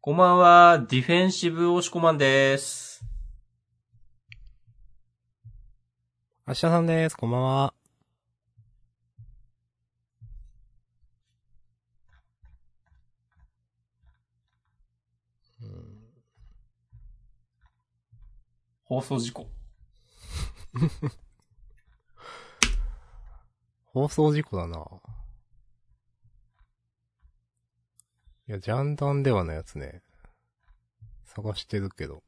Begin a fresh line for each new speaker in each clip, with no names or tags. こんばんは、ディフェンシブ押し込まんです。
明日さんです。こんばんは。
放送事故。
放送事故だな。いや、ジャンダンではのやつね。探してるけど。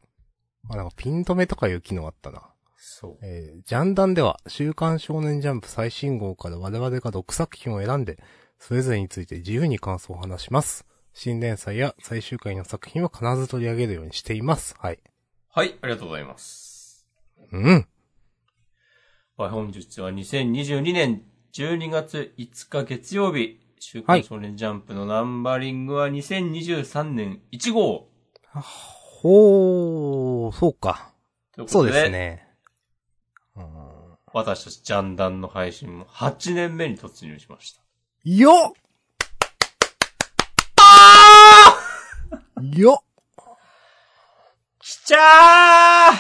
あ、なんかピン止めとかいう機能あったな。
そう。
えージャンダンでは、週刊少年ジャンプ最新号から我々が6作品を選んで、それぞれについて自由に感想を話します。新連載や最終回の作品は必ず取り上げるようにしています。はい。
はい、ありがとうございます。
うん。
はい、本日は2022年12月5日月曜日、週
は
刊
い
少年ジャンプのナンバリングは2023年1号。
ほー、そうか。
というこ
そ
と
う
で、
ですね。うん
私たちジャンダンの配信も8年目に突入しました。
よっよ
きちゃ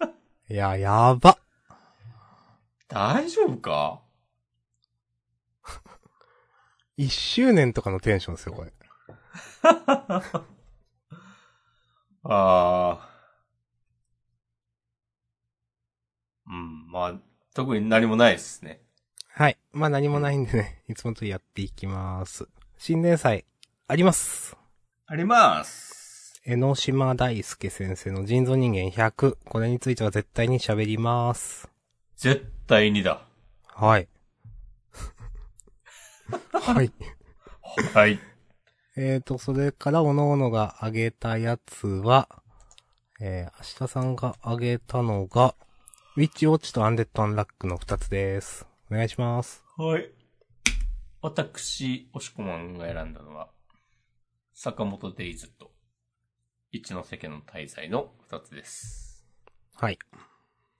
ー
っいや、やば。
大丈夫か
1周年とかのテンションですよ、これ。
ああ。うん、まあ、特に何もないですね。
はい。まあ何もないんでね、いつもとやっていきます。新年祭、あります。
あります。
江ノ島大輔先生の人造人間100。これについては絶対に喋ります。
絶対にだ。
はい。はい。
はい。
えーと、それから、おのおのが挙げたやつは、えー、明日さんが挙げたのが、ウィッチウォッチとアンデッドアンラックの二つです。お願いします。
はい。私、おしこまんが選んだのは、坂本デイズと、一ノ瀬家の滞在の二つです。
はい。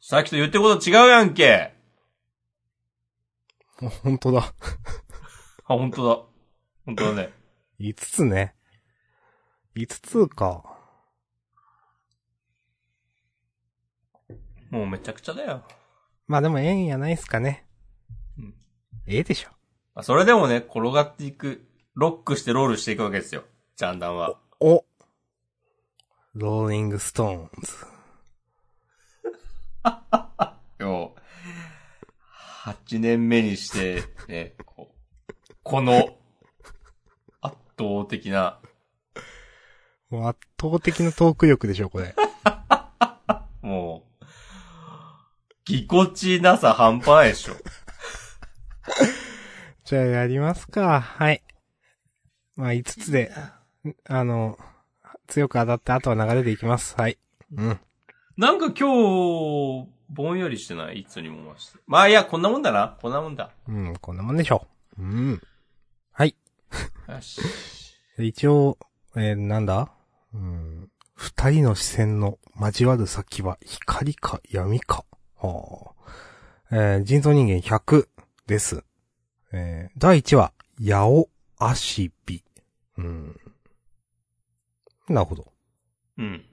さっきと言ってること違うやんけ
ほ本当だ。
あ、本当だ。本当だね。
5つね。5つか。
もうめちゃくちゃだよ。
まあでも縁やないっすかね。
うん
ええでしょ。
まあそれでもね、転がっていく、ロックしてロールしていくわけですよ。ジャンダンは。
おローリングストーンズ。
よう、8年目にして、ね、こう、この、圧倒的な、
もう圧倒的なトーク力でしょ、これ。
もう、ぎこちなさ半端ないでしょ。
じゃあやりますか。はい。まあ5つで、んあの、強く当たってあとは流れでいきます。はい。うん。
なんか今日、ぼんやりしてないいつにもまして。まあいや、こんなもんだな。こんなもんだ。
うん、こんなもんでしょう。うん。はい。
よし。
一応、えーなんだうん。二人の視線の交わる先は光か闇か。はあ。えー人造人間100です。えー第1話、八尾足火。うん。なるほど。
うん。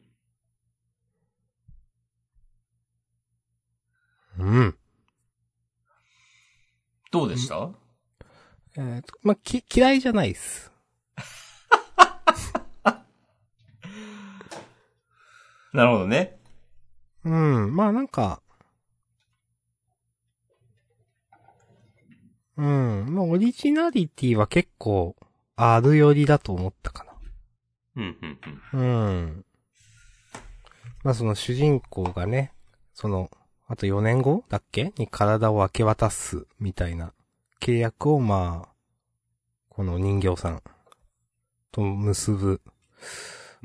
うん。
どうでした
えーと、まあ、き、嫌いじゃないっす。
なるほどね。
うん、まあなんか、うん、まあオリジナリティは結構、ある寄りだと思ったか
うん、うん、うん。
な。うん。まあその主人公がね、その、あと4年後だっけに体を明け渡す、みたいな契約をまあ、この人形さんと結ぶ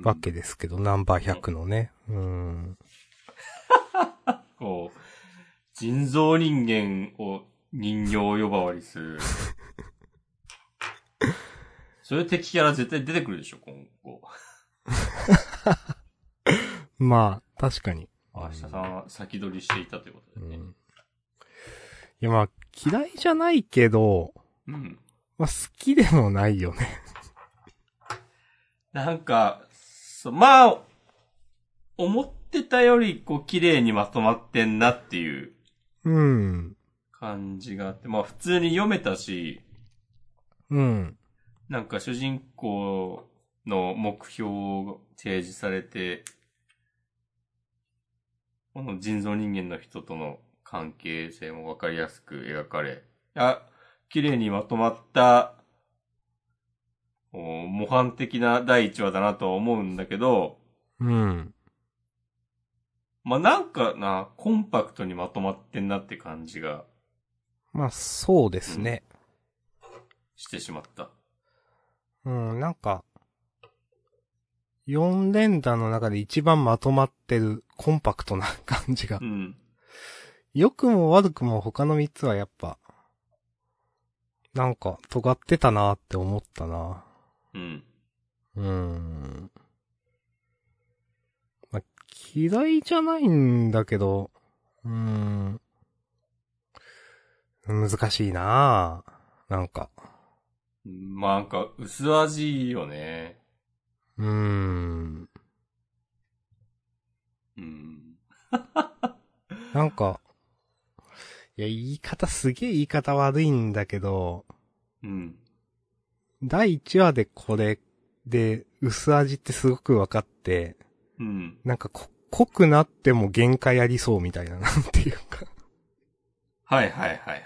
わけですけど、ナンバー100のね。うん。
こう、人造人間を人形呼ばわりす る。そういう敵キャラ絶対出てくるでしょ、今後。
まあ、確かに。
明日さんは先取りしていたということ
う
でね。
ん。いや、まあ、嫌いじゃないけど、
うん。
まあ、好きでもないよね。
なんか、そうまあ、思ってたより、こう、綺麗にまとまってんなっていう
うん。
感じがあって、まあ、普通に読めたし、
うん。
なんか主人公の目標を提示されて、この人造人間の人との関係性もわかりやすく描かれ、あ、綺麗にまとまった、こう模範的な第1話だなとは思うんだけど、
うん。
まあ、なんかな、コンパクトにまとまってんなって感じが
まあ、そうですね。
してしまった。
うん、なんか、4連打の中で一番まとまってる、コンパクトな感じが
う。ん。
良くも悪くも他の3つはやっぱ、なんか、尖ってたなって思ったな。
うん。
うん。まあ、嫌いじゃないんだけど、うん。難しいななんか。
まあ、なんか薄味よね。
うん。
うん。
なんか、いや、言い方すげえ言い方悪いんだけど、
うん。
第1話でこれで薄味ってすごく分かって、
うん。
なんかこ濃くなっても限界ありそうみたいな、 なんていうか。
はいはいはいはい、はい。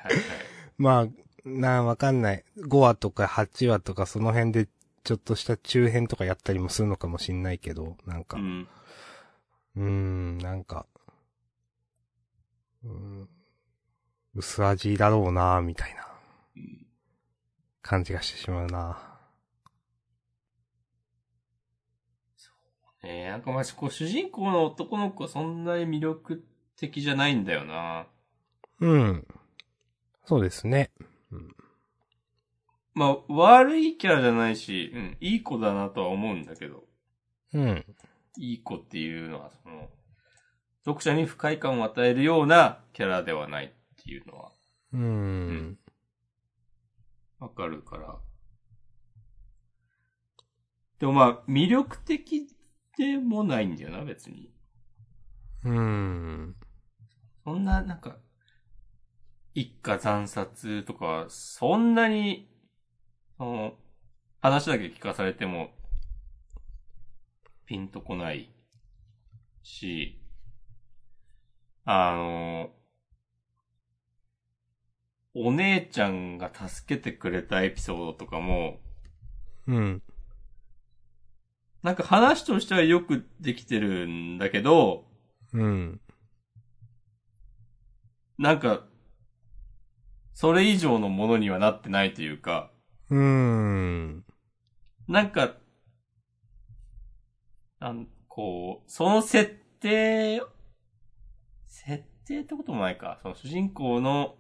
まあ、なあ、わかんない。5話とか8話とかその辺でちょっとした中編とかやったりもするのかもしんないけど、なんか。
うん。
うーん、なんか、うーん、薄味だろうなみたいな、感じがしてしまうな
えー、なんかまじこう、主人公の男の子はそんなに魅力的じゃないんだよな。
うん。そうですね。
まあ、悪いキャラじゃないし、うん、いい子だなとは思うんだけど、
うん。
いい子っていうのは、その、読者に不快感を与えるようなキャラではないっていうのは
うーん。
わかるから。でもまあ、魅力的でもないんだよな、別に。
うーん。
そんな、なんか、一家惨殺とか、そんなに、その、話だけ聞かされても、ピンとこないし、あの、お姉ちゃんが助けてくれたエピソードとかも、
うん。
なんか話としてはよくできてるんだけど、
うん。
なんか、それ以上のものにはなってないというか、
うーん。
なんか、なん、こう、その設定、設定ってこともないか。その主人公の、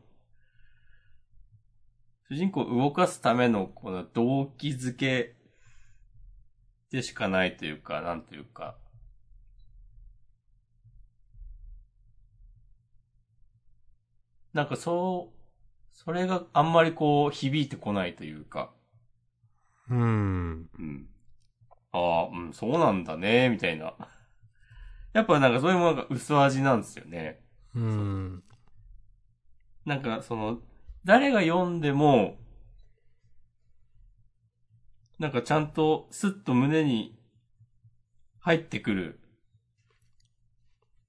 主人公を動かすための、この動機づけでしかないというか、なんというか。なんかそう、それがあんまりこう響いてこないというか。
うーん。
うん。ああ、うん、そうなんだね、みたいな。やっぱなんかそういうものが薄味なんですよね。
うーん。
なんかその、誰が読んでも、なんかちゃんとスッと胸に入ってくる。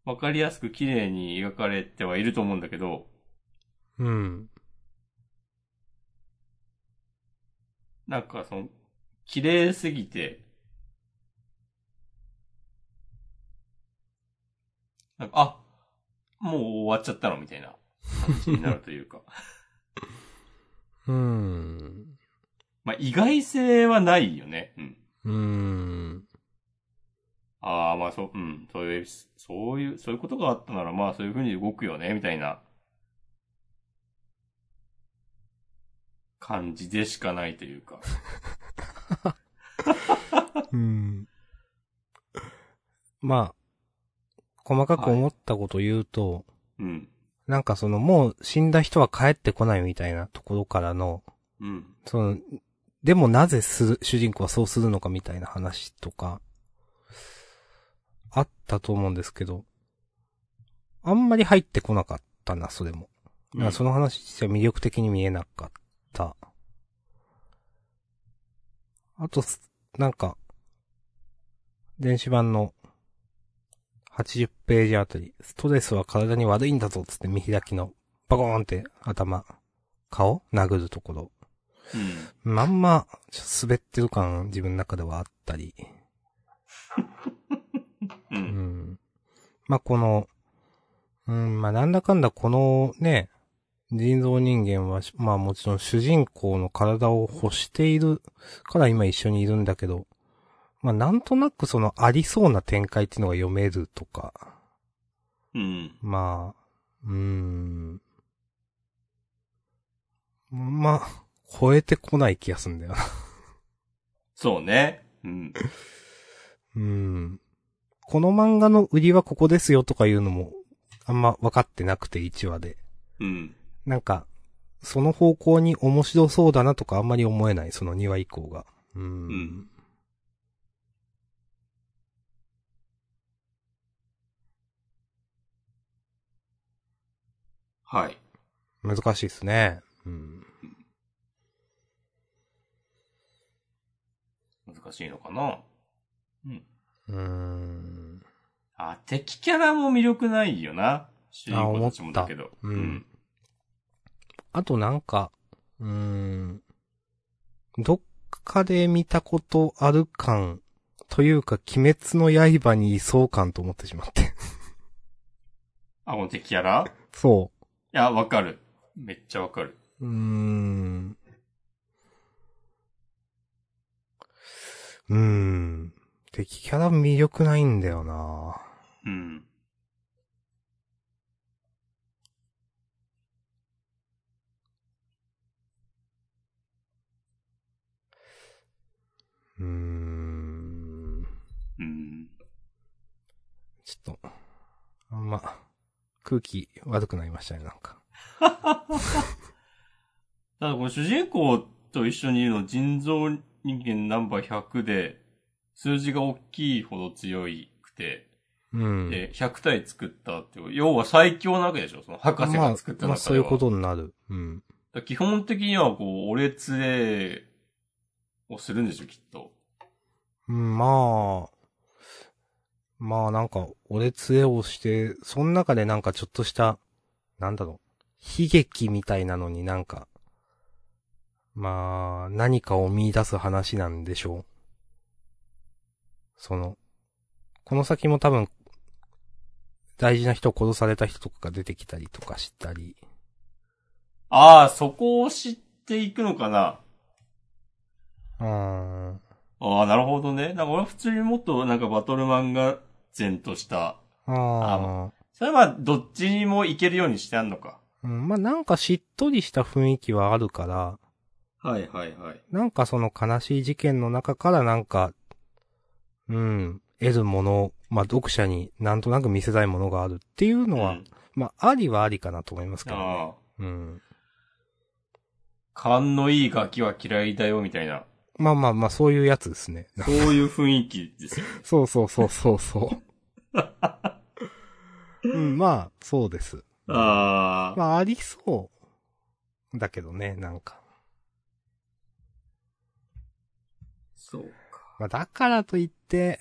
わかりやすく綺麗に描かれてはいると思うんだけど、
うん。
なんかその、綺麗すぎて、なんか、あ、もう終わっちゃったのみたいな感じになるというか。
うーん。
まあ、意外性はないよね。うん。
うーん。
ああ、まあそう、うん、そういう、そういう、そういうことがあったなら、まあそういう風に動くよね、みたいな感じでしかないというか。
うん。まあ、細かく思ったこと言うと、
うん。
なんかそのもう死んだ人は帰ってこないみたいなところからの、
うん。
その、でもなぜする、主人公はそうするのかみたいな話とか、あったと思うんですけど、あんまり入ってこなかったな、それも。だからその話自体は魅力的に見えなかった。あとす、なんか、電子版の80ページあたり、ストレスは体に悪いんだぞっつって見開きのバコーンって頭、顔殴るところ。
うん。
まんま、ちょっと滑ってる感自分の中ではあったり。
う。
うんん。まあ、この、うん、まあ、なんだかんだこのね、人造人間はし、まあもちろん主人公の体を欲しているから今一緒にいるんだけど、まあなんとなくそのありそうな展開っていうのが読めるとか、
うん。
まあ、うーん。まあ、超えてこない気がするんだよな。
そうね。うん。
うん。この漫画の売りはここですよとかいうのも、あんま分かってなくて、1話で。
うん。
なんか、その方向に面白そうだなとかあんまり思えない、その2話以降が。うん。
うんはい。
難しいですね。うん。
難しいのかなうん。
うーん。
あ、敵キャラも魅力ないよな。主人公たちもだけど。
思ったうん。あとなんか、うーん。どっかで見たことある感、というか、鬼滅の刃にいそう感と思ってしまって。
あ、この敵キャラ
そう。
いや、わかる。めっちゃわかる。
うーん。うーん。敵キャラ魅力ないんだよな
うん。
うーん。
うん。
ちょっと、あんま、空気悪くなりましたね、なんか。
ただこの主人公と一緒にいるの人造人間ナンバー100で、数字が大きいほど強いくて、
うん。
で、100体作ったって、要は最強なわけでしょその博士が作った中では、
まあ、まあそういうことになる。うん。
だから基本的にはこう、俺つれをするんでしょ、きっと。
うんまあ、まあなんか、俺杖をして、その中でなんかちょっとした、なんだろう、悲劇みたいなのになんか、まあ、何かを見出す話なんでしょう。その、この先も多分、大事な人を殺された人とかが出てきたりとかしたり、
ああ、そこを知っていくのかな
うーん、
ああ、なるほどね。なんか俺は普通にもっとなんかバトル漫画然とした。
ああ、
それはまあ、どっちにもいけるようにしてあんのか。
うん、まあなんかしっとりした雰囲気はあるから、
はいはいはい。
なんかその悲しい事件の中からなんか、うん、得るものを、まあ読者になんとなく見せたいものがあるっていうのは、
うん
まあありはありかなと思いますけどね。
ああ。
うん。
勘のいいガキは嫌いだよ、みたいな。
まあまあまあそういうやつですね。
そういう雰囲気ですよ。
そうそうそうそうそう。うん、まあ、そうです。
ああ。
まあありそう。だけどね、なんか。
そうか。
まあだからといって、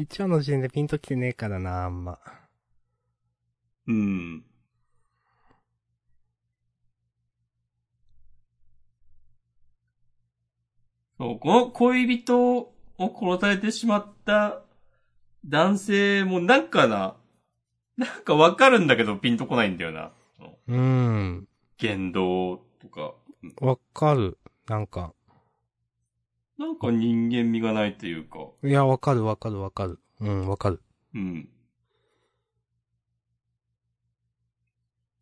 一話の時点でピンときてねえからな、あんま。
うん。そう、この恋人を殺されてしまった男性もなんかな、なんかわかるんだけどピンとこないんだよな。その
うん。
言動とか。うん
わかる。なんか、
なんか人間味がないというか。
いや、わかるわかるわかる。うん、わかる。
うん。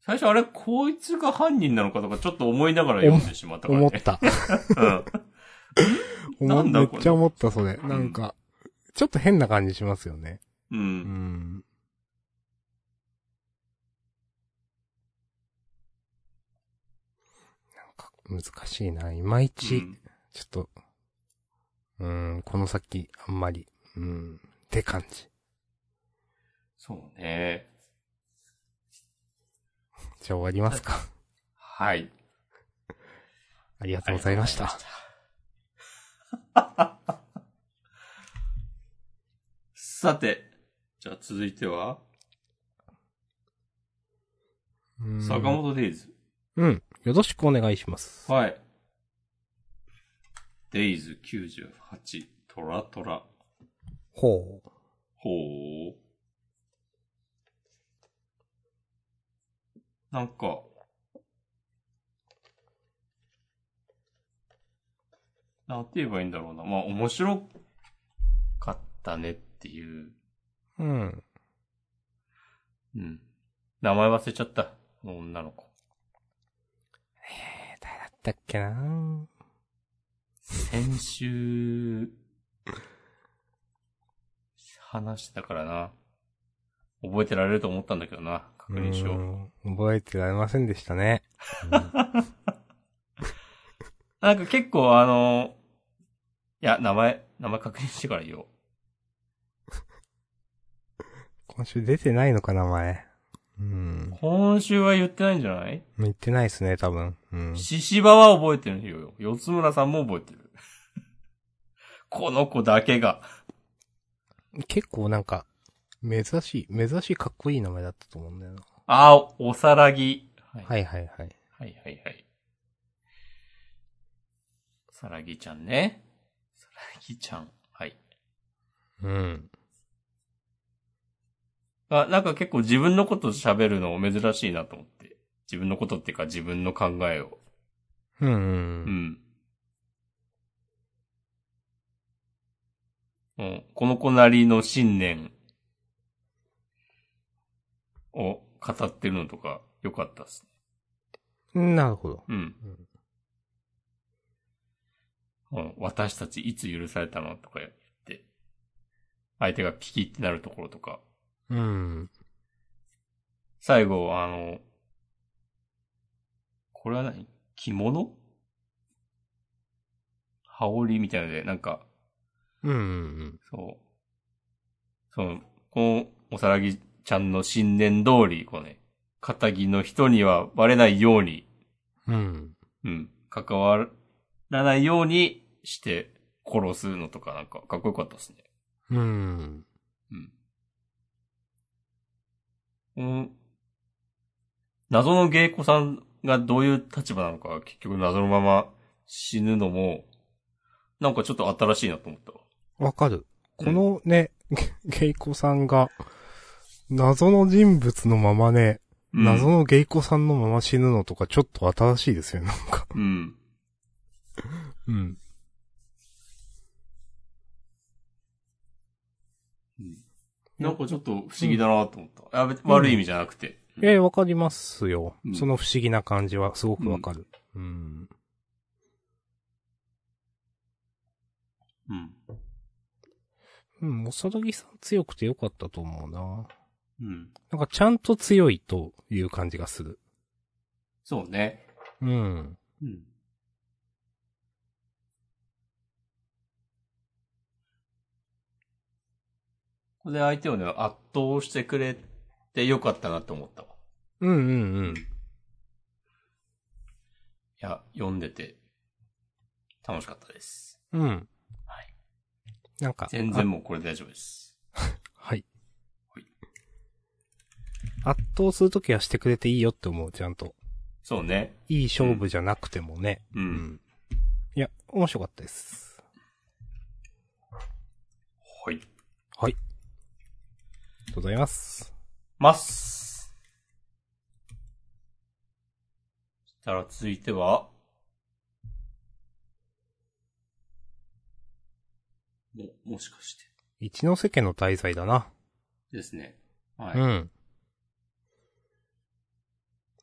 最初あれ、こいつが犯人なのかとかちょっと思いながら読んでしまったから
思
ね。
った。
うん。
思
なんだ
めっ
これ
ちゃ思った、それ。なんか、ちょっと変な感じしますよね。
う。
うんん。なんか、難しいな。いまいうち、
ん
ちちょっと、うーん、この先、あんまり、うん、って感じ。
そうね。
じゃあ終わりますか。
はい。
ありがとうございました。
さて、じゃあ続いては、
うん
坂本デイズ。
うん。よろしくお願いします。
はい。デイズ98、トラトラ。
ほう。
ほう。なんか、なんて言えばいいんだろうな。まあ、面白かったねっていう。
うん。
うん。名前忘れちゃった。女の子。
えー、誰だったっけな
先週、話してたからな。覚えてられると思ったんだけどな。確認しよう。
うん覚えてられませんでしたね。
なんか結構あの、いや、名前、名前確認してから言おう。
今週出てないのかな、前。うん。
今週は言ってないんじゃない
言ってないですね、多分。うん。
獅子場は覚えてるよ。四つ村さんも覚えてる。 この子だけが。
結構なんか、珍しい、珍しいかっこいい名前だったと思うんだよな。
ああ、おさらぎ。はい
はいはい
は
はい。
いはいはい。さらぎちゃんね。さらぎちゃん。はい。
うん。
あ、なんか結構自分のこと喋るの珍しいなと思って。自分のことっていうか自分の考えを。
うん、
う
う。
んん。うん、この子なりの信念を語ってるのとか良かったっす。
うん。なるほど。
うん。うん、私たちいつ許されたのとか言って、相手がピキってなるところとか、
うん。
最後、あの、これは何着物羽織みたいなので、なんか、
うん、うん。
そう。その、この、おさらぎちゃんの信念通り、こうね、仇の人にはバレないように、
うん。
うん、関わらないようにして殺すのとかなんか、かっこよかったですね。
うん。
うん。うん。謎の芸妓さんがどういう立場なのかが結局謎のまま死ぬのも、なんかちょっと新しいなと思ったわ。
わかる。
うん
このね、 ゲイコさんが、謎の人物のままね、
うん
謎のゲイコさんのまま死ぬのとかちょっと新しいですよね、なんか。
うん。
うん。
なんかちょっと不思議だなと思った。あ別悪い意味じゃなくて。
ええわかりますよ
う。ん
その不思議な感じはすごくわかる。うん。
うん。
うん、おさらぎさん強くてよかったと思うな。
うん。
なんかちゃんと強いという感じがする。
そうね。
うん。
うん。これで相手をね、圧倒してくれてよかったなと思ったわ。
うんうんうん。
いや、読んでて、楽しかったです。
うん。
はい。
なんか。
全然もうこれで大丈夫です。
はい
はい。
圧倒するときはしてくれていいよって思う、ちゃんと。
そうね。
いい勝負じゃなくてもね。
う。。
うんいや、面白かったです。
はい。
はい。ありがとうございます。
ます。そしたら続いては、も、もしかして。
一ノ瀬家の滞在だな。
ですね。は
う
い。
ん。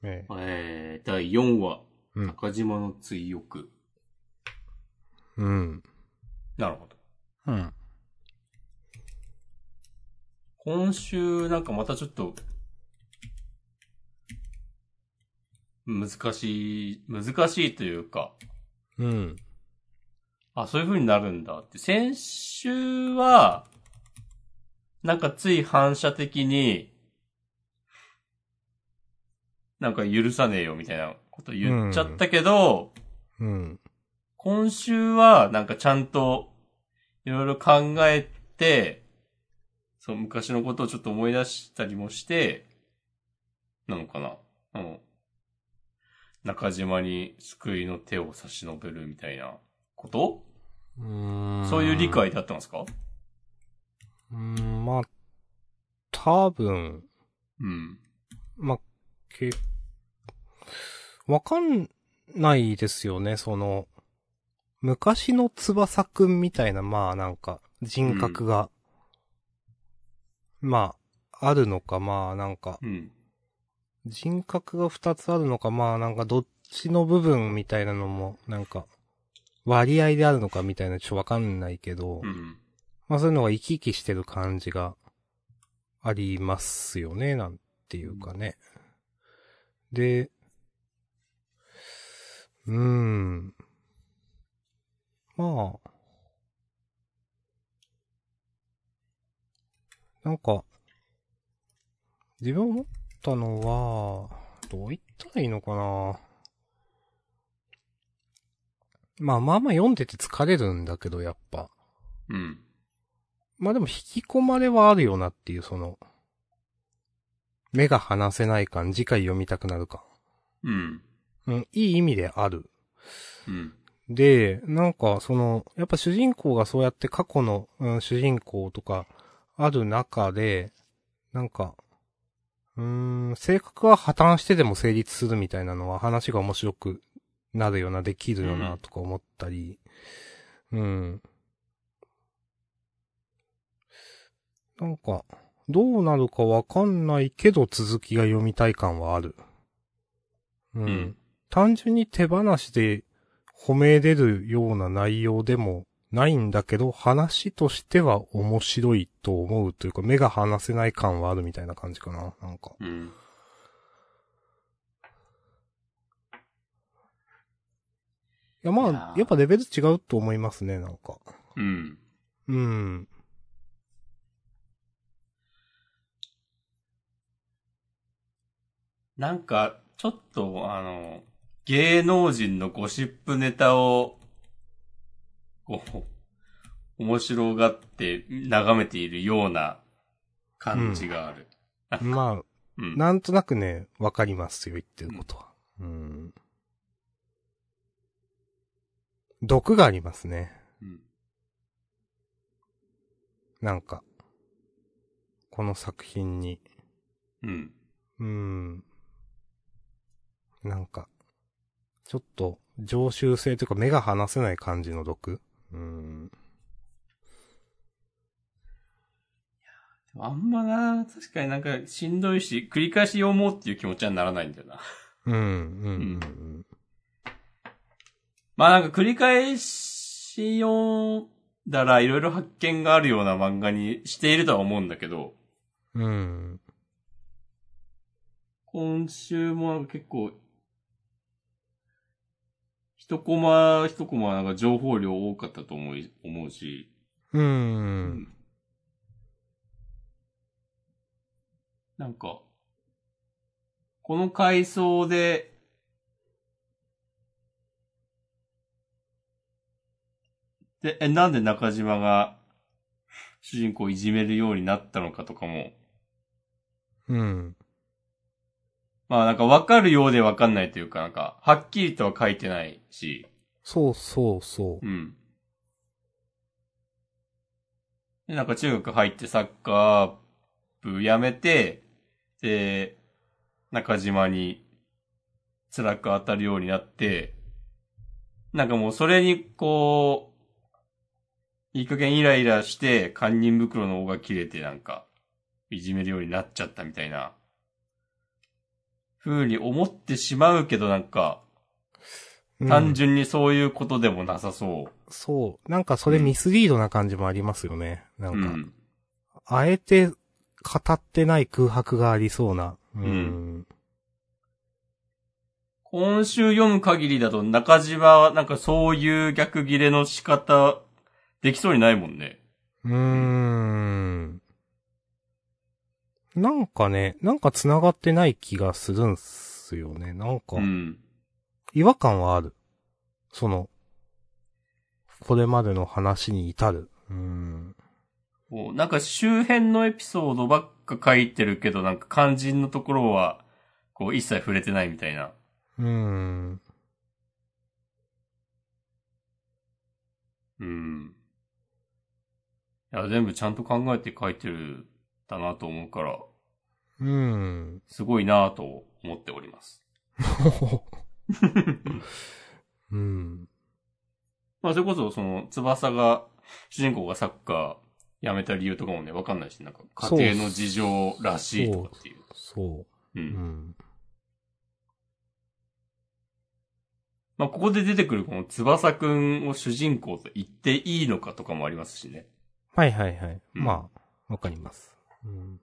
ええ。
えー、第4話、
うん
中島の追憶。
うん。
なるほど。
うん。
今週、なんかまたちょっと、難しい、難しいというか、
うん。
あ、そういう風になるんだって。先週は、なんかつい反射的に、なんか許さねえよみたいなこと言っちゃったけど、
うん。
今週はなんかちゃんといろいろ考えて、そう、昔のことをちょっと思い出したりもして、なのかな。うん。中島に救いの手を差し伸べるみたいなことそういう理解であってますか
うん、まあ、多分、
うん。
まあ、け、わかんないですよね、その、昔の翼くんみたいな、まあなんか、人格が、まあ、あるのか、まあなんか、
うん。
人格が二つあるのか、まあなんかどっちの部分みたいなのも、なんか、割合であるのかみたいなちょっとわかんないけど、
うん。
まあそういうのが生き生きしてる感じがありますよね、なんていうかね。で、うーん。まあ。なんか、自分思ったのは、どう言ったらいいのかな。まあまあまあ読んでて疲れるんだけど、やっぱ。
うん。
まあでも引き込まれはあるよなっていう、その、目が離せない感、次回読みたくなる感。
うん。
うん、いい意味である。
うん。
で、なんかその、やっぱ主人公がそうやって過去の、うん、主人公とかある中で、なんか、うーん、性格は破綻してでも成立するみたいなのは話が面白くなるよな、できるよ
う
なんとか思ったり、うん。なんか、どうなるかわかんないけど続きが読みたい感はある。
う
うん
ん。
単純に手放しで褒めれるような内容でもないんだけど、話としては面白いと思うというか、目が離せない感はあるみたいな感じかな。なんか。
うん。
いや、
い
ま
や
あ、
ー
やっぱレベル違うと思いますね、なんか。
うん。
うん。
なんか、ちょっと、あの、芸能人のゴシップネタを、こう、面白がって眺めているような感じがある。
まあ、
うん。
なんとなくね、わかりますよ、言ってることは。うん。毒がありますね。
うん
なんか。この作品に。
うん。
うーん。なんか、ちょっと、常習性というか目が離せない感じの毒うーん。
あんまな、確かになんかしんどいし、繰り返し読もうっていう気持ちはならないんだよな。
うん、うん、
まあなんか繰り返し読んだらいろいろ発見があるような漫画にしているとは思うんだけど、
うん。うん。
今週もなんか結構、一コマ一コマなんか情報量多かったと思い、思うし、
うーん。
なんか、この階層で、で、え、なんで中島が主人公をいじめるようになったのかとかも、
うん。
まあなんかわかるようでわかんないというか、なんか、はっきりとは書いてないし、
そうそうそう
う。ん。で、なんか中学入ってサッカー部辞めて、で、中島に辛く当たるようになって、なんかもうそれにこう、いい加減イライラして、堪忍袋の尾が切れてなんか、いじめるようになっちゃったみたいな、風に思ってしまうけどなんか、
うん
単純にそういうことでもなさそう。
そう。なんかそれミスリードな感じもありますよね。な
うん
か、
ん。
あえて語ってない空白がありそうな。うん。
ん今週読む限りだと中島はなんかそういう逆切れの仕方、できそうにないもんね。
うーん。なんかね、なんか繋がってない気がするんすよね。なんか
う、ん。
違和感はある。その、これまでの話に至る。うーん。
こうなんか周辺のエピソードばっか書いてるけど、なんか肝心のところは、こう一切触れてないみたいな。
うーん。
うん。いや、全部ちゃんと考えて書いてる、だなと思うから、
うーん。
すごいなぁと思っております。
ほほうん。
まあ、それこそ、その、翼が、主人公がサッカー辞めた理由とかもね、わかんないし、なんか、家庭の事情らしいとかっていう。。
そうう。うんん。
まあ、ここで出てくるこの翼くんを主人公と言っていいのかとかもありますしね。
はいはいはい。
うん
まあ、わかります。うん。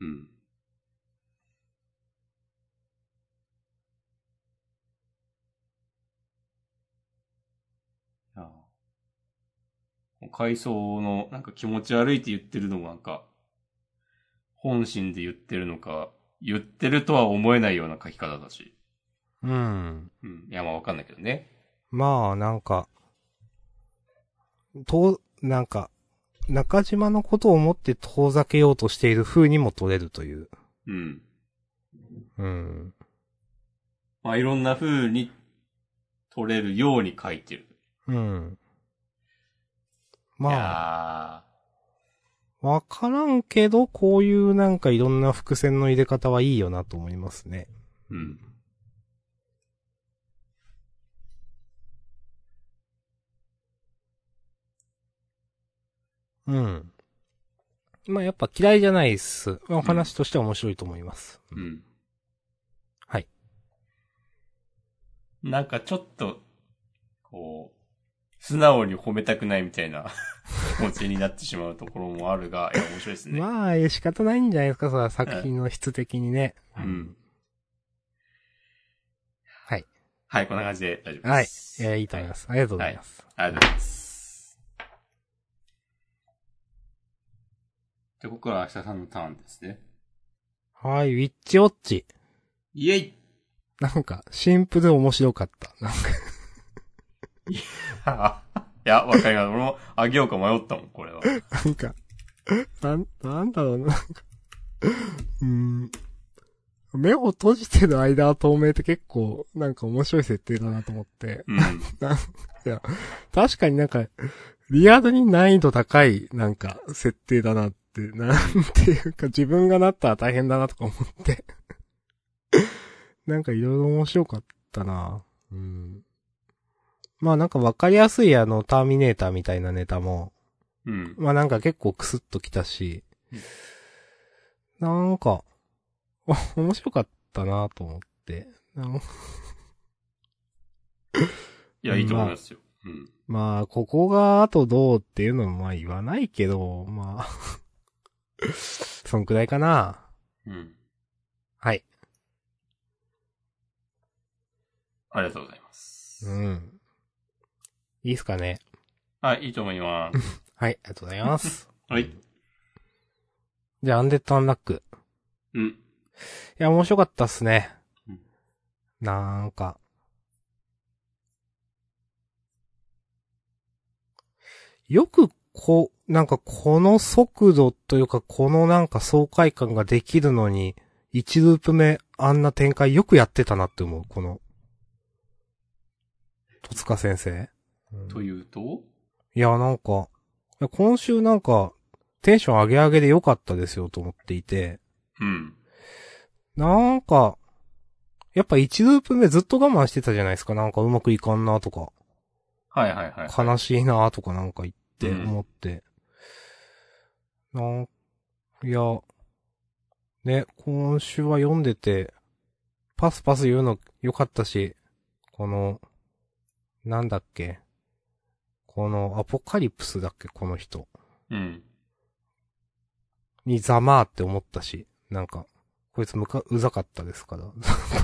うん。いや回想の、なんか気持ち悪いって言ってるのもなんか、本心で言ってるのか、言ってるとは思えないような書き方だし。
うん。
うん。いや、まあわかんないけどね。
まあ、なんか、と、なんか、中島のことを思って遠ざけようとしている風にも取れるという。
うん。
うん。
まあいろんな風に取れるように書いてる。
うん。
い
まあ、
や
わからんけど、こういうなんかいろんな伏線の入れ方はいいよなと思いますね。
ーうん。
うん。まあやっぱ嫌いじゃないっす。まあお話としては面白いと思います。
うん。
はい。
なんかちょっと、こう、素直に褒めたくないみたいな 気持ちになってしまうところもあるが、いや、面白いですね。
まあ、仕方ないんじゃないですか、それは作品の質的にね。
うん。
はい。
はい、こんな感じで大丈夫
は
で
い。
す。
えーいいと思います。ありがとうございます。
ありがとうございます。で、ここから明日さんのターンですね。
はい、ウィッチウォッチ。
イ エイ
なんか、シンプル面白かった。なんか、
いや、わかります。俺もあげようか迷ったもん、これは。
なんか、なん、なんだろうな、なんか、うーん。目を閉じてる間は透明って結構、なんか面白い設定だなと思って。
うん。
確かになんか、リアルに難易度高い、なんか、設定だなって、なんていうか、自分がなったら大変だなとか思って。なんかいろいろ面白かったなうん。まあなんかわかりやすいあの、ターミネーターみたいなネタも、
うん。
まあなんか結構クスッときたし、なんか、わ面白かったなと思って。なん
いや、いいと思いますよ。うん。
まあ、ここがあとどうっていうのもまあ言わないけど、まあ、 そんくらいかな。
うん。
はい。
ありがとうございます。
うん。いいっすかね。
はい、いいと思います。
はい、ありがとうございます。
はい。
じゃあ、アンデッドアンラック。
うん。
いや、面白かったっすね
うん。
なんか。よくこ、なんかこの速度というか、このなんか爽快感ができるのに、1ループ目あんな展開よくやってたなって思う、この。戸塚先生。
というと
いや、なんか、いや今週なんか、テンション上げ上げで良かったですよと思っていて。
うん。
なんか、やっぱ1ループ目ずっと我慢してたじゃないですか。なんかうまくいかんなとか、
はいはいはい。
悲しいなとかなんか言って、
うん
思って。なん、いや、ね、今週は読んでて、パスパス言うの良かったし、この、なんだっけ。この、アポカリプスだっけ、この人。
うん。
にざまーって思ったし、なんか、こいつむか、うざかったですから。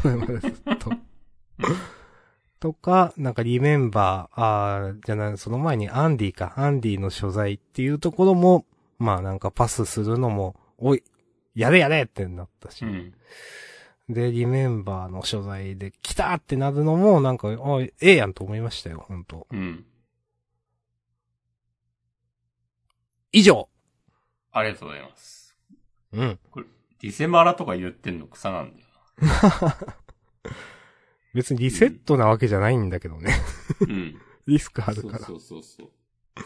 これまでずっ と。とか、なんかリメンバー、あーじゃない、その前にアンディか、アンディの所在っていうところも、まあなんかパスするのも、おい、やれやれってなったし。
うん。
で、リメンバーの所在で、来たってなるのも、なんか、あ、ええやんと思いましたよ、本当
うん。
以上
ありがとうございます。
うん。
ディセマラとか言ってんの草なんだよ。
別にリセットなわけじゃないんだけどね。
うん。
リスクあるから。
そうそうそうそう。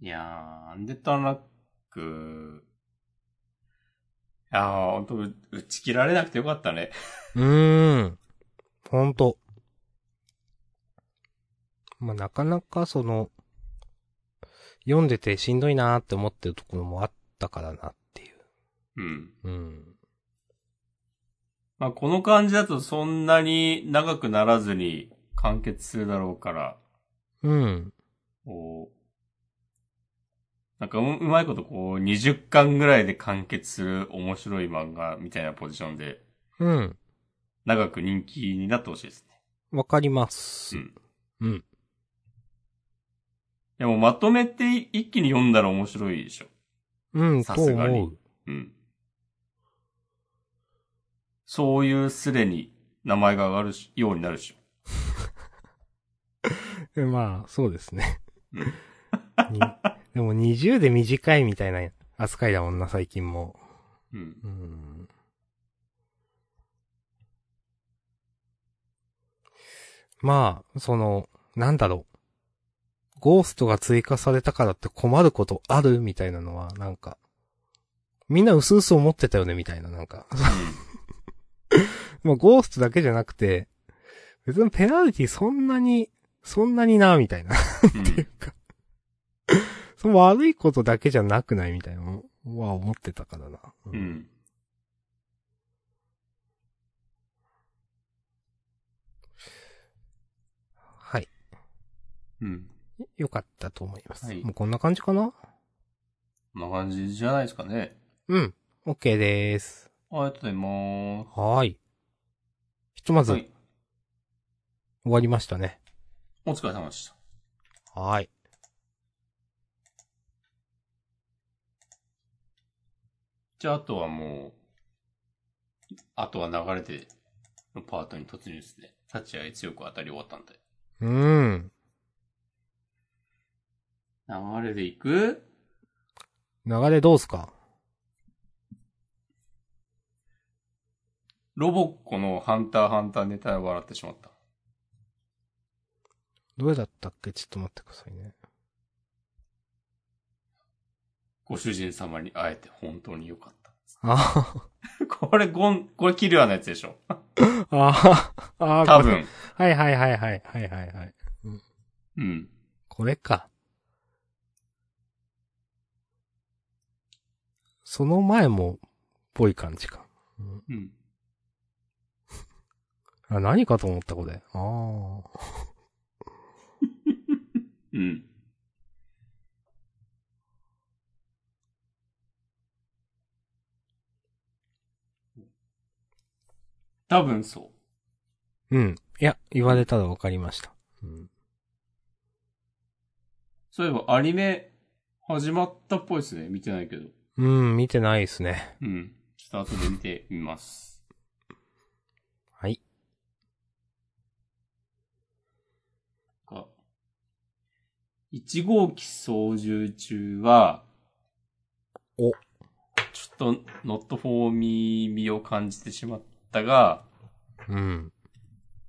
いやー、アンデッドアンラック、いやー、ほんと、う打ち切られなくてよかったね。
うーん。ほんと。まあ、なかなかその、読んでてしんどいなーって思ってるところもあったからなっていう。
うん。
うん。
まあ、この感じだとそんなに長くならずに完結するだろうから、
うん。
こう、なんかううまいことこう、20巻ぐらいで完結する面白い漫画みたいなポジションで、
うん。
長く人気になってほしいです
わかりま
ね。
す
う。ん。
うん。
でもまとめて一気に読んだら面白いでしょ。
うん、
さ
と
すが
思
に
う。
うん。そういうすでに名前が上がるしようになるでしょ。
えまあ、そうですね。
うん
にでも20で短いみたいな扱いだもんな、最近も。
うん。
うん。まあ、その、なんだろう。ゴーストが追加されたからって困ることあるみたいなのは、なんか、みんな薄々思ってたよね、みたいな、なんか。 まあ、ゴーストだけじゃなくて、別にペナルティそんなに、そんなにな、みたいな。
う。
っていうんか、その悪いことだけじゃなくないみたいなのは思ってたからな。
うん。うん。
はい。
うん。
よかったと思います。
はい
もうこんな感じかな
こんな感じじゃないですかね。
うん。OK でーす。
ありがとうございま。
はーい。ひとますず
は
終
い。
わりましたね。
お疲れ様でした。
はーい。
じゃあ、あとはもう、あとは流れてのパートに突入ですね。幸あい強く当たり終わったんで。
うーん。
流れでいく
流れどうすか
ロボッコのハンターハンターネタで笑ってしまった。
どれだったっけちょっと待ってくださいね。
ご主人様に会えて本当に良かった。
あ
これゴン、これキリアのやつでしょ
ーあー、あー
多。
これ
分。
はいはいはいはいはいはいはい。
うん。
これか。その前も、ぽい感じか。
うん。
あ、何かと思った、これ。あ
うん。多分そ
あ。うん。いや、言われたらわかりました。うん。
う。そういえばアニメ始まったっぽいですね。見てないけど。
うん、見てないですね。
うん。ちょっと後で見てみます。
はい。
か。1号機操縦中は、
お
ちょっと、ノットフォーミー味を感じてしまったが、
うん。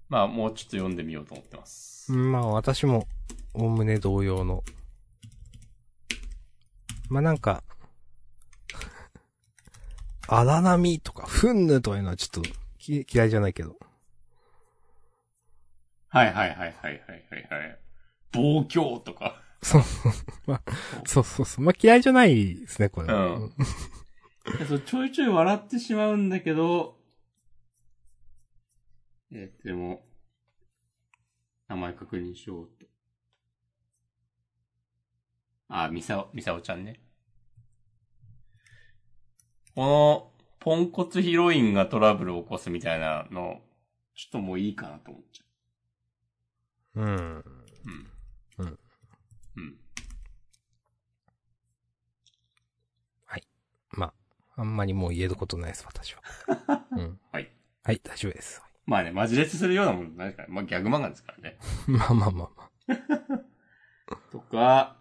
まあ、もうちょっと読んでみようと思ってます。
まあ、私も、おおむね同様の。まあ、なんか、 荒波とか、ふんぬとかいうのはちょっと、き嫌いじゃないけど。
はいはいはいはいはいはいはい。暴挙とか。
そう、まあ、そうそうそう。まあ、嫌いじゃないですね、これ。
うん。いやそうちょいちょい笑ってしまうんだけど、えーでも、名前確認しようと。あ、みさお、みさおちゃんね。この、ポンコツヒロインがトラブルを起こすみたいなの、ちょっともういいかなと思っちゃ
うん。
う。うん。
うん。
うん。
まあ、あんまりもう言えることないです、私は。 うん。
はい。
はい、大丈夫です。
まあね、マジレスするようなもんないから、まあギャグ漫画ですからね。
まあまあまあまあ。
とか、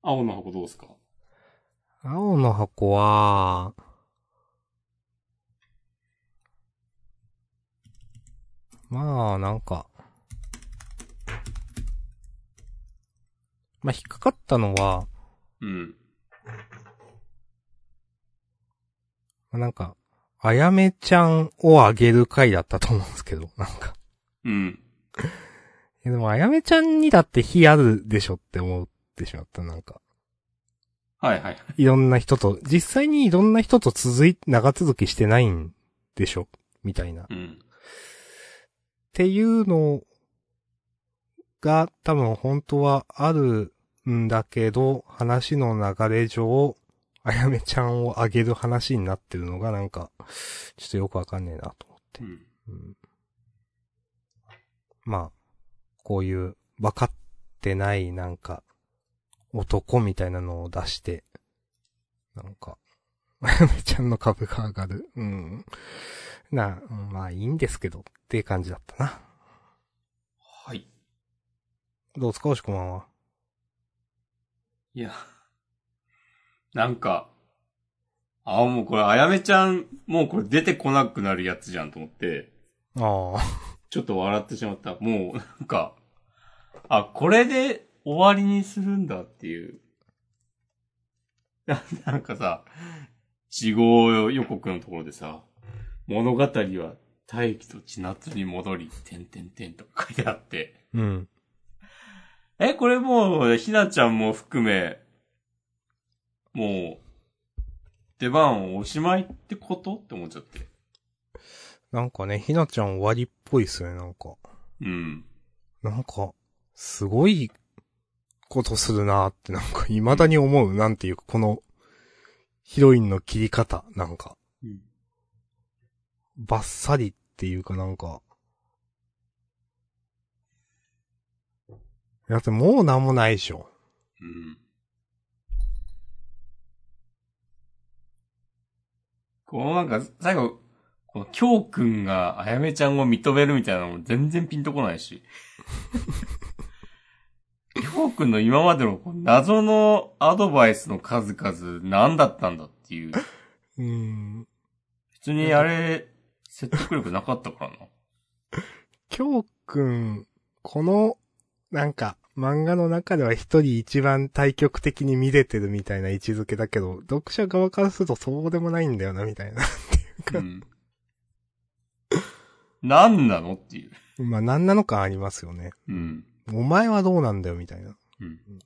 青の箱どうすか
青の箱は、まあ、なんか、まあ、引っかかったのは、
うん。
まあなんか、あやめちゃんをあげる回だったと思うんですけど、なんか。
うん。
いやでも、あやめちゃんにだって非あるでしょって思ってしまった、なんか。
はいはい。
いろんな人と、実際にいろんな人と続い、長続きしてないんでしょみたいな。っ
うん。
ていうのが多分本当はあるんだけど、話の流れ上、あやめちゃんをあげる話になってるのがなんか、ちょっとよくわかんねえなと思って
う。ん。
うんまあ、こういう分かってないなんか、男みたいなのを出して、なんか、 まやめちゃんの株が上がる。うん。な、うんまあいいんですけどっていう感じだったな。
はい。
どうですか、おしこまんは。
いや、なんか、あ、もうこれ、あやめちゃん、もうこれ出てこなくなるやつじゃんと思って、
ああ。
ちょっと笑ってしまった。もう、なんか、あ、これで終わりにするんだっていう。 ななんかさ、地号予告のところでさ、物語は大気と地夏に戻り、点々点とか書いてあって、
うん。
え、これもう、ひなちゃんも含め、もう、出番おしまいってことって思っちゃって。
なんかね、ひなちゃん終わりっぽいっすね、なんか。
うん。
なんか、すごいことするなーってなんか未だに思う。なんていうか、このヒロインの切り方、なんか、
うん。
バッサリっていうかなんか。だってもうなんもないでしょ。
うん。こうなんか、最後、この、きょうくんがあやめちゃんを認めるみたいなのも全然ピンとこない し。きょうくんの今までのこう謎のアドバイスの数々何だったんだっていう。
うーん。
普通にあれ、説得力なかったからな。
きょうくん、この、なんか、漫画の中では一人一番対極的に見れてるみたいな位置づけだけど、読者側からするとそうでもないんだよな、みたいな。
うん。何なのっていう。
まあ、なんなのかありますよね。
うん。
お前はどうなんだよ、みたいな。
うん。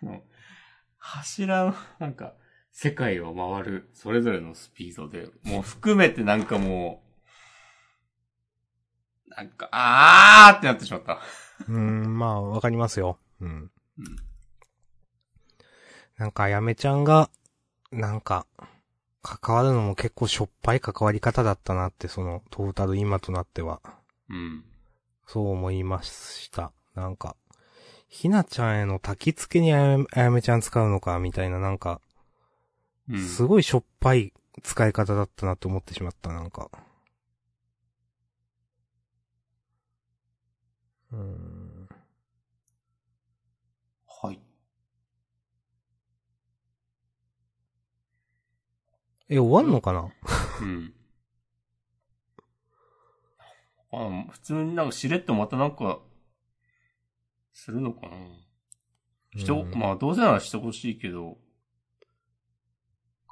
もう柱の、なんか、世界を回る、それぞれのスピードで、もう含めてなんかもう、なんか、あーってなってしまった。
うーん、まあ、わかりますよ。うん。
うん。
なんか、あやめちゃんが、なんか、関わるのも結構しょっぱい関わり方だったなって、その、トータル今となっては、
うん。
そう思いました。なんか、ひなちゃんへの焚き付けにあやめあやめちゃん使うのか、みたいな、なんか、
うん。
すごいしょっぱい使い方だったなと思ってしまった、なんか。うーん。
はい。
え、終わんのかな
うん。あ普通になんかしれっとまたなんか、するのかなしてほ、
うん
まあどうせならしてほしいけど、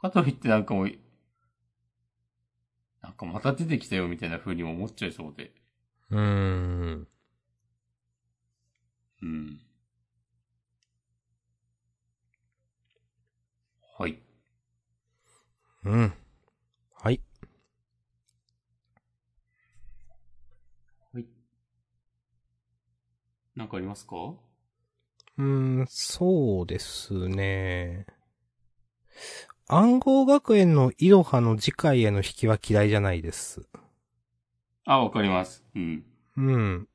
かといってなんかもう、なんかまた出てきたよみたいな風にも思っちゃいそうで。
うーん。
うん。はい。
うん。はい。
はい。なんかありますか
うーん、そうですね。暗号学園のイロハの次回への引きは嫌いじゃないです。
あ、わかります。うん。
うん。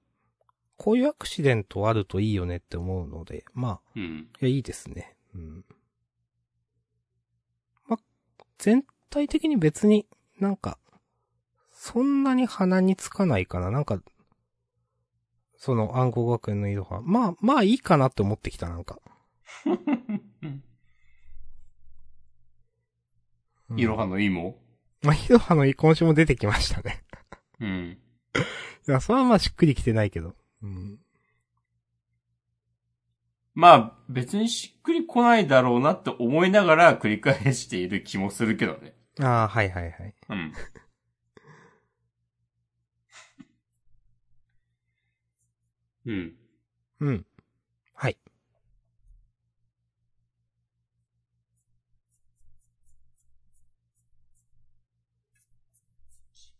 こういうアクシデントあるといいよねって思うので、まあ、
うん。
いや、いいですね。うん。まあ、全体的に別になんか、そんなに鼻につかないかな。なんか、その暗号学園のイロハ。まあ、まあいいかなって思ってきた、なんか。うん
いろはのいも。
まあ、ヒロハの今週も出てきましたね。
うん。
いや、それはまあしっくりきてないけど。うん。
まあ、別にしっくりこないだろうなって思いながら繰り返している気もするけどね。
ああ、はいはいはい。
うん。 うん。
うん。はい。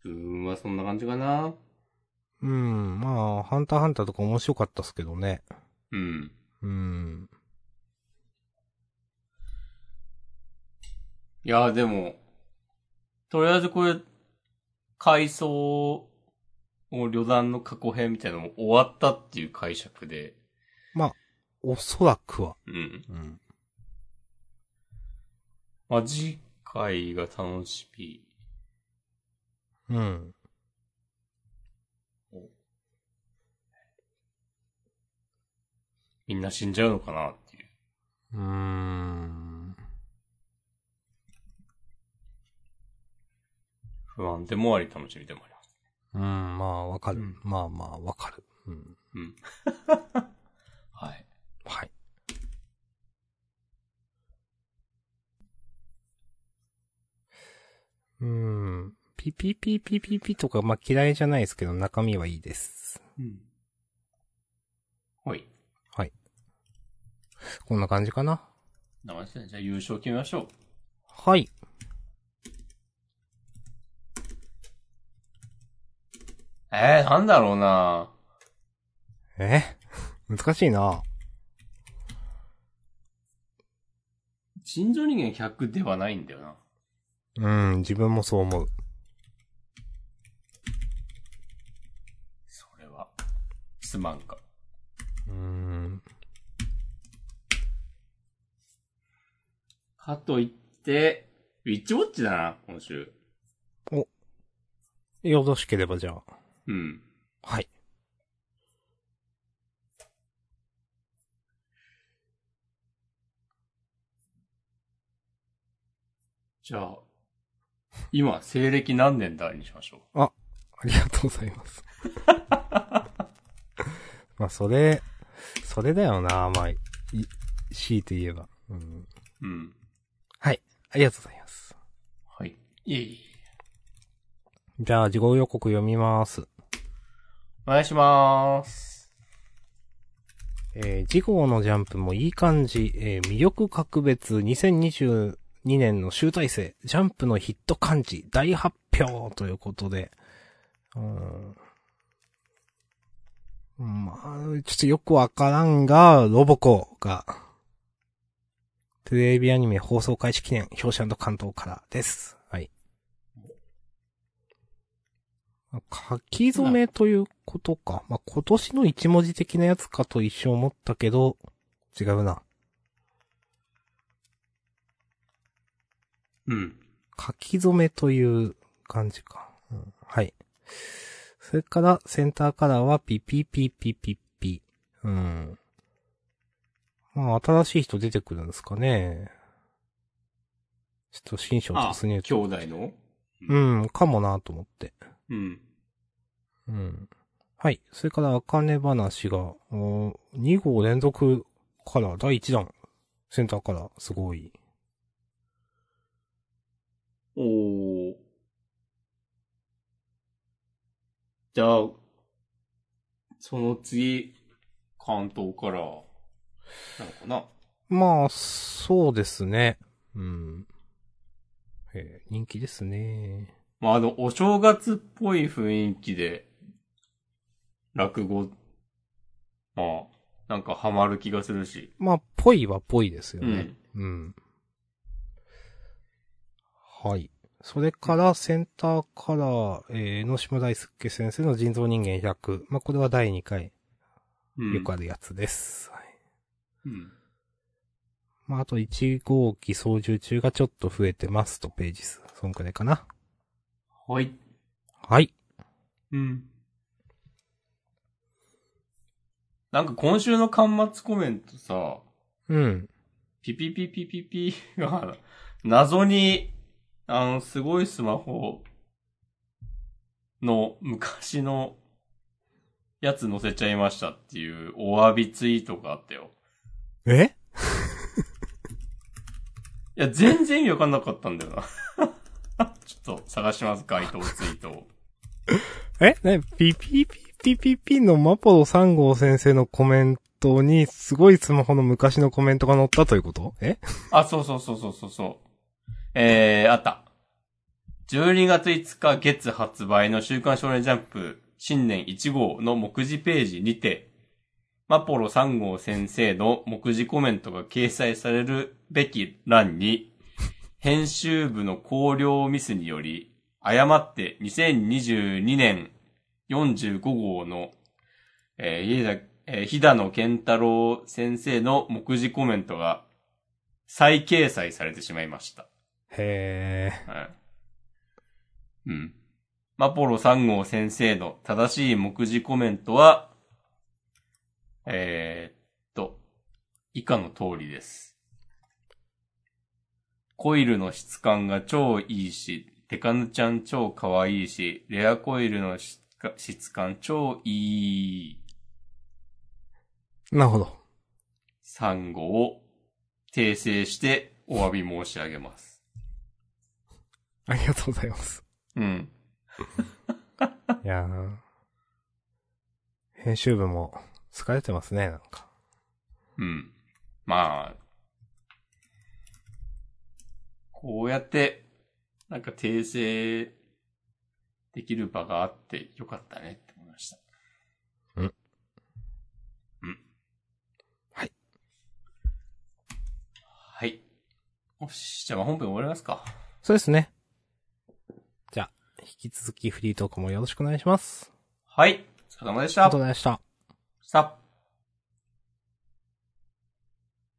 自分はそんな感じかな。
うん、まあ、ハンターハンターとか面白かったっすけどね。
うん。
うん。
いや、でも、とりあえずこれ、回想を旅団の過去編みたいなのも終わったっていう解釈で、
おそらくは。
うん。
うん。
まあ、次回が楽しみ。
うん。
みんな死んじゃうのかなっていう。
うーん。
不安でもあり楽しみでもあります。
うん、まあ、わかる。
うん
まあまあ、わかる。うん。
うん。はい。
はい。うん。ピピピピピピとか、まあ嫌いじゃないですけど、中身はいいです。
うん。はい。
こんな感じかな。
なまじゃあ優勝決めましょう。
はい。
えー、なんだろうな
え難しいな。
人造人間100ではないんだよな。
うん、自分もそう思う。
それは、すまんか。
うん。
かといって、ウィッチウォッチだな、今週。
よろしければじゃあ。
うん。
はい。
じゃあ、今、西暦何年だにしましょう。
ありがとうございます。 まあ、それ、それだよな、まあ、い、強いて言えば。うん。
うん。
はい。ありがとうございます。
はい。いえいえ。
じゃあ、事後予告読みます。
お願いしまーす。
えー、事後のジャンプもいい感じ、えー、魅力格別2022年の集大成、ジャンプのヒット漢字大発表ということで、うん。まあ、ちょっとよくわからんが、ロボコが、テレビアニメ放送開始記念、表紙関東からです。はい。まあ書き初めということか。まあ、今年の一文字的なやつかと一瞬思ったけど、違うな。
うん。
書き初めという感じか。うんはい。それから、センターカラーはピピピピピピ。うん。まあ、新しい人出てくるんですかね。ちょっと新章
あ、
突
兄
入。
弟の
うん、かもなと思って。
うん。
うん。はい。それから、あかね話が、お2号連続から第1弾。センターから、すごい。
おー。じゃあ、その次、関東から、なのかな
まあ、そうですね。うん。えー人気ですね。
まあ、あの、お正月っぽい雰囲気で、落語まあ、なんかハマる気がするし。
まあ、ぽいはぽいですよ
う
ね。
ん。
うん。はい。それから、センターカラー、えー、江ノ島大輔先生の人造人間100。まあ、これは第2回、
うん。
よくあるやつです。はい。
うん。
まあ、あと1号機操縦中がちょっと増えてますと、ページ数。そんくらいかな。
はい。
はい。
うん。なんか今週の端末コメントさ、
うん。
ピピピピピピが、謎に、あの、すごいスマホの昔のやつ載せちゃいましたっていうお詫びツイートがあったよ。
え
いや、全然意味わかんなかったんだよな。 ちょっと探します、回答ツイートを。
えね、ピピピピピピのマポロ3号先生のコメントに、すごいスマホの昔のコメントが載ったということえ
あ、そうそうそうそうそうそう。えー、あった。12月5日月発売の週刊少年ジャンプ新年1号の目次ページにて、マポロ3号先生の目次コメントが掲載されるべき欄に、編集部の考慮ミスにより、誤って2022年45号の、えー、家田えー、日田野健太郎先生の目次コメントが再掲載されてしまいました。
へー。
はい。うん。マポロ3号先生の正しい目次コメントは、えー、っと、以下の通りです。コイルの質感が超いいし、テカヌちゃん超可愛いし、レアコイルの質か質感超いい
なるほど。
3号を訂正してお詫び申し上げます。
ありがとうございます。
うん。
いやー。編集部も疲れてますね、なんか。
うん。まあ、こうやって、なんか訂正できる場があってよかったねって思いました。
はい。
はい。よし、じゃあまあ本編終わりますか。
そうですね。じゃあ、引き続きフリートークもよろしくお願いします。
はい。お疲れ様でし
あ
た
りがとう。ございました。
さあ